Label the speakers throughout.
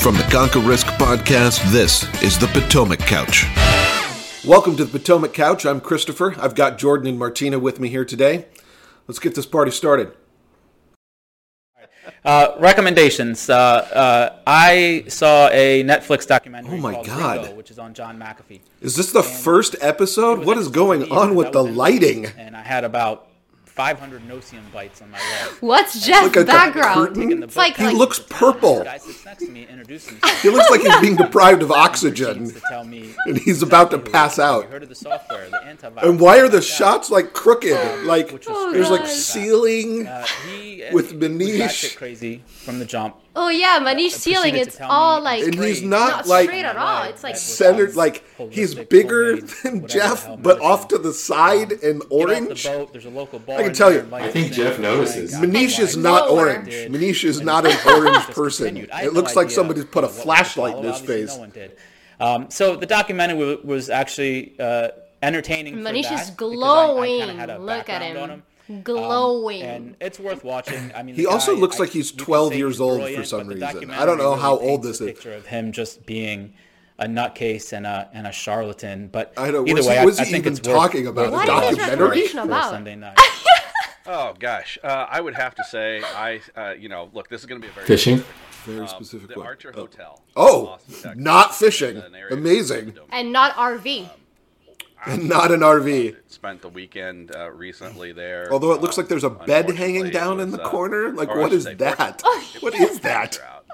Speaker 1: From the Conquer Risk podcast, this is the Potomac Couch.
Speaker 2: Welcome to the Potomac Couch. I'm Christopher. I've got Jordan and Martina with me here today. Let's get this party started.
Speaker 3: Uh, recommendations. Uh, uh, I saw a Netflix documentary
Speaker 2: Oh my
Speaker 3: called
Speaker 2: God.
Speaker 3: Ringo, which is on John McAfee.
Speaker 2: Is this the first episode?
Speaker 3: It was
Speaker 2: What is
Speaker 3: episode
Speaker 2: going
Speaker 3: eight,
Speaker 2: on
Speaker 3: and
Speaker 2: with
Speaker 3: that
Speaker 2: the
Speaker 3: was in-
Speaker 2: lighting?
Speaker 3: And I had about 500 Nosium bites on my leg.
Speaker 4: What's Jeff's
Speaker 2: Look at the
Speaker 4: background?
Speaker 2: curtain.
Speaker 4: It's like,
Speaker 2: He
Speaker 4: like
Speaker 2: looks purple.
Speaker 3: The guy sits next to me introduced himself.
Speaker 2: He looks like he's being deprived of
Speaker 3: Proceeds
Speaker 2: oxygen.
Speaker 3: to tell me
Speaker 2: And he's about to
Speaker 3: exactly
Speaker 2: pass
Speaker 3: who it is.
Speaker 2: out.
Speaker 3: You heard of the software, the antivirus.
Speaker 2: And why are the
Speaker 3: Yeah. Oh,
Speaker 2: shots like crooked? Like
Speaker 3: Which was
Speaker 2: there's like
Speaker 4: Oh, God.
Speaker 2: ceiling.
Speaker 3: Uh, he
Speaker 2: with
Speaker 3: was batshit
Speaker 2: Manish?
Speaker 3: crazy from the jump.
Speaker 4: oh yeah, Manish ceiling.
Speaker 3: proceeded to
Speaker 4: It's
Speaker 3: tell me
Speaker 4: all like
Speaker 2: And he's
Speaker 3: Straight.
Speaker 2: not,
Speaker 4: not
Speaker 2: like
Speaker 4: straight at all. It's like
Speaker 2: centered. Like he's
Speaker 3: Holistic,
Speaker 2: bigger
Speaker 3: homemade,
Speaker 2: than
Speaker 3: whatever the
Speaker 2: Jeff,
Speaker 3: hell
Speaker 2: but
Speaker 3: medicine.
Speaker 2: off to the side and
Speaker 3: Get off
Speaker 2: orange.
Speaker 3: The boat. There's a local bar
Speaker 2: can
Speaker 3: in
Speaker 2: tell
Speaker 3: there,
Speaker 2: you.
Speaker 3: light
Speaker 2: I
Speaker 5: think
Speaker 3: the
Speaker 5: Jeff
Speaker 3: thing.
Speaker 5: notices.
Speaker 3: Like,
Speaker 2: Manish
Speaker 3: I'm
Speaker 2: is
Speaker 3: like,
Speaker 2: not
Speaker 4: Lower.
Speaker 2: orange. Manish is not an orange person. It looks like somebody's put a flashlight in his face.
Speaker 3: No one did. Um, so the documentary wa- was actually uh, entertaining. for
Speaker 4: Manish
Speaker 3: that
Speaker 4: is
Speaker 3: because I- I kinda
Speaker 4: glowing.
Speaker 3: had a
Speaker 4: Look at
Speaker 3: background on Um,
Speaker 4: him, glowing.
Speaker 3: and it's worth watching. I mean,
Speaker 2: He
Speaker 3: the
Speaker 2: also
Speaker 3: guy,
Speaker 2: looks
Speaker 3: I-
Speaker 2: like he's
Speaker 3: you can
Speaker 2: 12
Speaker 3: say
Speaker 2: years
Speaker 3: he's
Speaker 2: old for
Speaker 3: brilliant,
Speaker 2: some
Speaker 3: but the
Speaker 2: reason. I don't
Speaker 3: documentary
Speaker 2: know how
Speaker 3: really
Speaker 2: old
Speaker 3: paints
Speaker 2: this
Speaker 3: a
Speaker 2: is.
Speaker 3: Picture of him just being a nutcase and a and a charlatan. But
Speaker 2: I don't-
Speaker 3: either
Speaker 2: was he-
Speaker 3: way, I,
Speaker 2: was
Speaker 3: I
Speaker 2: he
Speaker 3: think
Speaker 2: even
Speaker 3: it's worth-
Speaker 2: talking about
Speaker 3: worth
Speaker 4: a
Speaker 3: watching
Speaker 4: documentary?
Speaker 3: for a
Speaker 4: About?
Speaker 3: Sunday night.
Speaker 6: Oh gosh, uh, I would have to say I, uh, you know, look, this is going to be a very
Speaker 5: Fishing?
Speaker 2: Very
Speaker 6: um,
Speaker 2: specific
Speaker 6: the
Speaker 2: one.
Speaker 6: Archer
Speaker 2: Oh.
Speaker 6: Hotel. in
Speaker 2: Oh,
Speaker 6: Austin, Texas,
Speaker 2: not
Speaker 6: is
Speaker 2: fishing.
Speaker 6: an area
Speaker 2: Amazing.
Speaker 6: that
Speaker 4: and not RV.
Speaker 6: I
Speaker 2: Not an RV.
Speaker 6: Spent the weekend uh, recently there.
Speaker 2: Although it looks
Speaker 6: Um,
Speaker 2: like there's a bed
Speaker 6: unfortunately,
Speaker 2: hanging
Speaker 6: it
Speaker 2: down in
Speaker 6: was,
Speaker 2: the
Speaker 6: uh,
Speaker 2: corner. Like,
Speaker 6: or I
Speaker 2: what
Speaker 6: should
Speaker 2: is
Speaker 6: say,
Speaker 2: that?
Speaker 6: fortunately,
Speaker 2: What
Speaker 6: it was
Speaker 2: is
Speaker 6: much
Speaker 2: that?
Speaker 6: better out.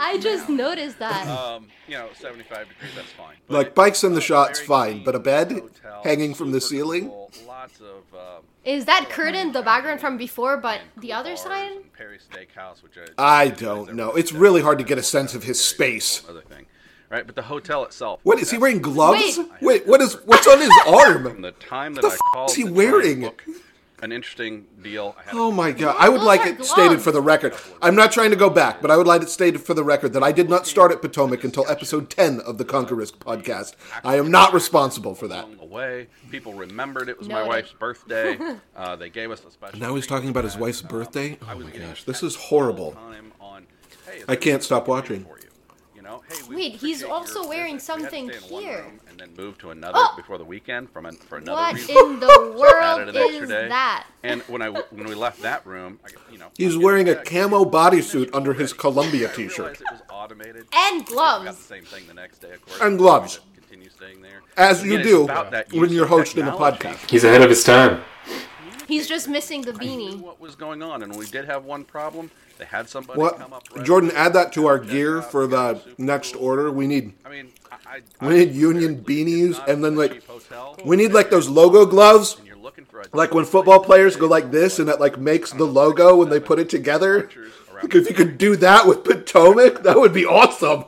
Speaker 4: I just noticed that.
Speaker 3: Uh,
Speaker 6: Um, you know, 75 degrees, that's fine. But
Speaker 2: Like,
Speaker 6: it-
Speaker 2: bikes in the shot's
Speaker 6: very
Speaker 2: fine,
Speaker 6: clean
Speaker 2: but a bed
Speaker 6: hotel,
Speaker 2: hanging from the
Speaker 6: super
Speaker 2: ceiling?
Speaker 6: cool, Lots of um,
Speaker 4: Is that curtain the background from before, but
Speaker 6: and
Speaker 4: the
Speaker 6: cool
Speaker 4: other
Speaker 6: bars
Speaker 4: side?
Speaker 6: and Perry Steakhouse, which
Speaker 2: I don't know. It's really hard to get a sense of his space.
Speaker 6: Other thing, right? But the hotel itself.
Speaker 2: What is he wearing gloves?
Speaker 4: Wait.
Speaker 2: Wait, what is what's on his
Speaker 6: From
Speaker 2: arm?
Speaker 6: the time that
Speaker 2: the
Speaker 6: I
Speaker 2: f-
Speaker 6: called,
Speaker 2: is he
Speaker 6: to try and
Speaker 2: wearing?
Speaker 6: book An interesting deal. I had a
Speaker 2: Oh my god. I would
Speaker 4: Those
Speaker 2: like
Speaker 4: are
Speaker 2: it stated for the record. I'm not trying to go back, but I would like it stated for the record that I did not start at Potomac until episode 10 of the Conquer Risk podcast. I am not responsible for that.
Speaker 6: along the way. People remembered it was my
Speaker 4: Noted.
Speaker 6: wife's birthday. uh, they gave us a special.
Speaker 2: Now he's
Speaker 6: treat
Speaker 2: talking
Speaker 6: for
Speaker 2: about his
Speaker 6: that.
Speaker 2: wife's
Speaker 6: Um,
Speaker 2: birthday?
Speaker 6: I
Speaker 2: Oh
Speaker 6: was
Speaker 2: my
Speaker 6: getting
Speaker 2: gosh, this
Speaker 6: texts
Speaker 2: is horrible.
Speaker 6: all the time on, "Hey, is
Speaker 2: I can't
Speaker 6: everything
Speaker 2: stop
Speaker 6: okay
Speaker 2: watching.
Speaker 6: for you?" You know, "Hey, we
Speaker 4: Wait, he's
Speaker 6: appreciate your
Speaker 4: also
Speaker 6: visit."
Speaker 4: wearing
Speaker 6: We had to stay
Speaker 4: something
Speaker 6: in one
Speaker 4: here.
Speaker 6: room and then moved to another
Speaker 4: Oh!
Speaker 6: before the weekend from an, for another
Speaker 4: What
Speaker 6: reason.
Speaker 4: in the
Speaker 6: added
Speaker 4: world
Speaker 6: an extra
Speaker 4: is
Speaker 6: day.
Speaker 4: that?
Speaker 6: And when I when we left that room, I, you know,
Speaker 2: He's
Speaker 6: I
Speaker 2: wearing a
Speaker 6: checked.
Speaker 2: camo bodysuit under his
Speaker 6: Already.
Speaker 2: Columbia
Speaker 6: I
Speaker 2: t-shirt.
Speaker 6: realized it was automated.
Speaker 4: And
Speaker 6: Because we got
Speaker 4: gloves.
Speaker 6: the same thing the next day, of course.
Speaker 2: And gloves.
Speaker 6: Continue staying there.
Speaker 2: As
Speaker 6: Again,
Speaker 2: you
Speaker 6: it's
Speaker 2: do
Speaker 6: about that
Speaker 2: when
Speaker 6: use
Speaker 2: you're
Speaker 6: of
Speaker 2: hosting a
Speaker 6: technology.
Speaker 2: podcast.
Speaker 5: He's ahead of his time.
Speaker 4: He's just missing the
Speaker 6: I knew
Speaker 4: beanie.
Speaker 6: what was going on, and we did have one problem. They had somebody come up.
Speaker 2: What?
Speaker 6: right
Speaker 2: Jordan,
Speaker 6: away, uh,
Speaker 2: add that to our
Speaker 6: check
Speaker 2: gear
Speaker 6: out,
Speaker 2: for
Speaker 6: you know,
Speaker 2: the
Speaker 6: super
Speaker 2: next
Speaker 6: cool.
Speaker 2: order. We need
Speaker 6: I mean, I, I,
Speaker 2: We need
Speaker 6: I-
Speaker 2: union
Speaker 6: clearly, it's
Speaker 2: beanies
Speaker 6: not
Speaker 2: and then,
Speaker 6: a
Speaker 2: like,
Speaker 6: cheap hotel.
Speaker 2: we need like those logo gloves
Speaker 6: And you're looking for a
Speaker 2: like when
Speaker 6: decent
Speaker 2: football
Speaker 6: place to
Speaker 2: players
Speaker 6: stay.
Speaker 2: go like this and it like makes the logo when they put it together like if you could do that with potomac that would be awesome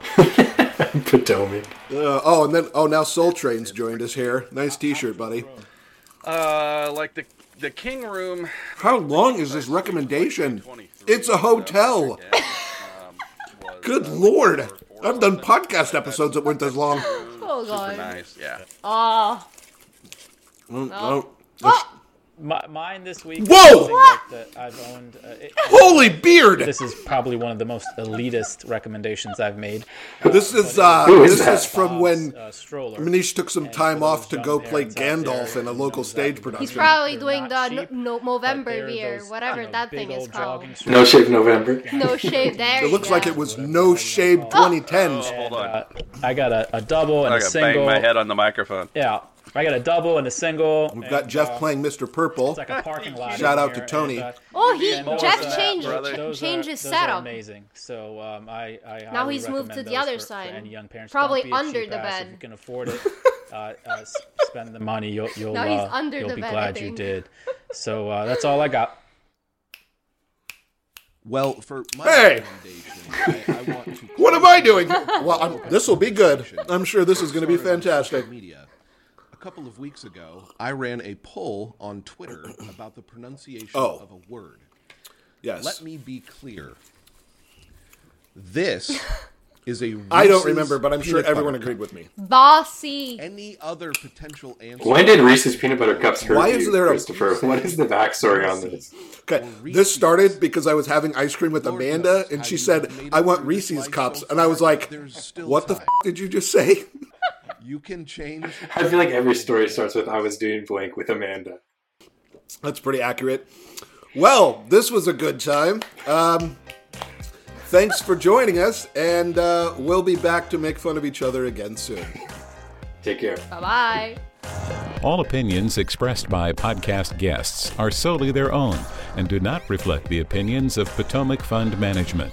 Speaker 5: Potomac.
Speaker 2: uh, oh and then oh now soul trains joined us here nice t-shirt buddy
Speaker 6: Uh, like the the king room.
Speaker 2: how long is this recommendation
Speaker 6: 23,
Speaker 2: it's a hotel
Speaker 6: so, um, was,
Speaker 2: good
Speaker 6: uh,
Speaker 2: lord
Speaker 6: four- four
Speaker 2: i've done
Speaker 6: something.
Speaker 2: podcast episodes that weren't this long
Speaker 4: Oh
Speaker 6: Super
Speaker 4: god.
Speaker 6: nice, yeah.
Speaker 4: Oh.
Speaker 2: Mm, oh.
Speaker 4: Oh,
Speaker 3: My, mine this week.
Speaker 2: Whoa!
Speaker 3: is something That, that I've owned. Uh, it-
Speaker 2: holy beard
Speaker 3: this is probably one of the most elitist recommendations I've made.
Speaker 2: this is uh
Speaker 5: Who is
Speaker 2: this
Speaker 5: that?
Speaker 2: is from when
Speaker 3: uh, stroller.
Speaker 2: manish took some
Speaker 3: And
Speaker 2: time
Speaker 3: for those
Speaker 2: off to
Speaker 3: young
Speaker 2: go play
Speaker 3: parents out there
Speaker 2: gandalf in a
Speaker 3: who
Speaker 2: local
Speaker 3: knows
Speaker 2: stage
Speaker 3: that because
Speaker 4: he's
Speaker 2: production
Speaker 4: probably
Speaker 3: they're
Speaker 4: doing
Speaker 3: not
Speaker 4: the
Speaker 3: cheap,
Speaker 4: no, no,
Speaker 3: but
Speaker 4: November
Speaker 3: they're
Speaker 4: beer,
Speaker 3: those,
Speaker 4: whatever
Speaker 3: you know,
Speaker 4: that
Speaker 3: big
Speaker 4: thing is
Speaker 3: old
Speaker 4: called.
Speaker 3: jogging
Speaker 5: No Shave November.
Speaker 4: No shave there.
Speaker 2: it looks
Speaker 4: you
Speaker 2: like
Speaker 4: go.
Speaker 2: it was no shade
Speaker 4: Oh.
Speaker 2: 2010s
Speaker 6: Hold on.
Speaker 3: Uh, I got a, a double and
Speaker 6: I
Speaker 3: a
Speaker 6: gotta
Speaker 3: single.
Speaker 6: bang my head on the microphone.
Speaker 3: Yeah, I got a double and a single.
Speaker 2: We've got Jeff playing Mr. Purple.
Speaker 3: It's like a parking lot.
Speaker 2: Shout
Speaker 3: in
Speaker 2: out to
Speaker 3: here,
Speaker 2: Tony.
Speaker 3: and, uh,
Speaker 4: Oh, he
Speaker 3: and those,
Speaker 4: Jeff
Speaker 3: uh,
Speaker 4: changed
Speaker 6: brother.
Speaker 4: ch-
Speaker 3: those
Speaker 4: changed
Speaker 3: are-
Speaker 4: his
Speaker 3: those are
Speaker 4: setup.
Speaker 3: Amazing. So um, I, I
Speaker 4: Now
Speaker 3: highly
Speaker 4: he's moved
Speaker 3: recommend
Speaker 4: to the
Speaker 3: those
Speaker 4: other
Speaker 3: for- for
Speaker 4: side.
Speaker 3: any young parents.
Speaker 4: Probably
Speaker 3: Don't be a
Speaker 4: under
Speaker 3: cheap
Speaker 4: the
Speaker 3: ass.
Speaker 4: bed.
Speaker 3: If you can afford it, uh, uh, s- spend the money. You'll you'll
Speaker 4: Now he's
Speaker 3: uh,
Speaker 4: under
Speaker 3: you'll
Speaker 4: the
Speaker 3: be
Speaker 4: bed, I
Speaker 3: glad you
Speaker 4: think.
Speaker 3: did. So uh, that's all I got.
Speaker 7: Well, for my
Speaker 2: Hey!
Speaker 7: recommendation, I, I want to
Speaker 2: What am I doing? Well, I'm, this will be good. I'm sure this is going to be
Speaker 7: started on social
Speaker 2: fantastic.
Speaker 7: Media. A couple of weeks ago, I ran a poll on Twitter about the pronunciation
Speaker 2: Oh.
Speaker 7: of a word.
Speaker 2: Yes.
Speaker 7: Let me be clear. This is a. Reese's
Speaker 2: I don't remember, but I'm sure
Speaker 7: peanut butter
Speaker 2: everyone
Speaker 7: cup.
Speaker 2: agreed with me.
Speaker 4: Bossy.
Speaker 7: Any other potential answer?
Speaker 5: When did Reese's peanut butter cups hurt
Speaker 2: Why
Speaker 5: you,
Speaker 2: is there a-
Speaker 5: Christopher? What is the backstory on this?
Speaker 2: Okay, this started because I was having ice cream with
Speaker 7: Lord
Speaker 2: Amanda,
Speaker 7: knows
Speaker 2: and
Speaker 7: how
Speaker 2: she
Speaker 7: you've
Speaker 2: said,
Speaker 7: made it
Speaker 2: "I want
Speaker 7: through this
Speaker 2: Reese's
Speaker 7: life
Speaker 2: cups,"
Speaker 7: so
Speaker 2: and I was
Speaker 7: far.
Speaker 2: like,
Speaker 7: There's still
Speaker 2: "What the f-
Speaker 7: time.
Speaker 2: did you just say?"
Speaker 7: You can change.
Speaker 5: I feel like every story starts with I was doing blank with Amanda.
Speaker 2: That's pretty accurate. Well, this was a good time. Um, thanks for joining us, and uh, we'll be back to make fun of each other again soon.
Speaker 5: Take care.
Speaker 4: Bye bye.
Speaker 8: All opinions expressed by podcast guests are solely their own and do not reflect the opinions of Potomac Fund Management.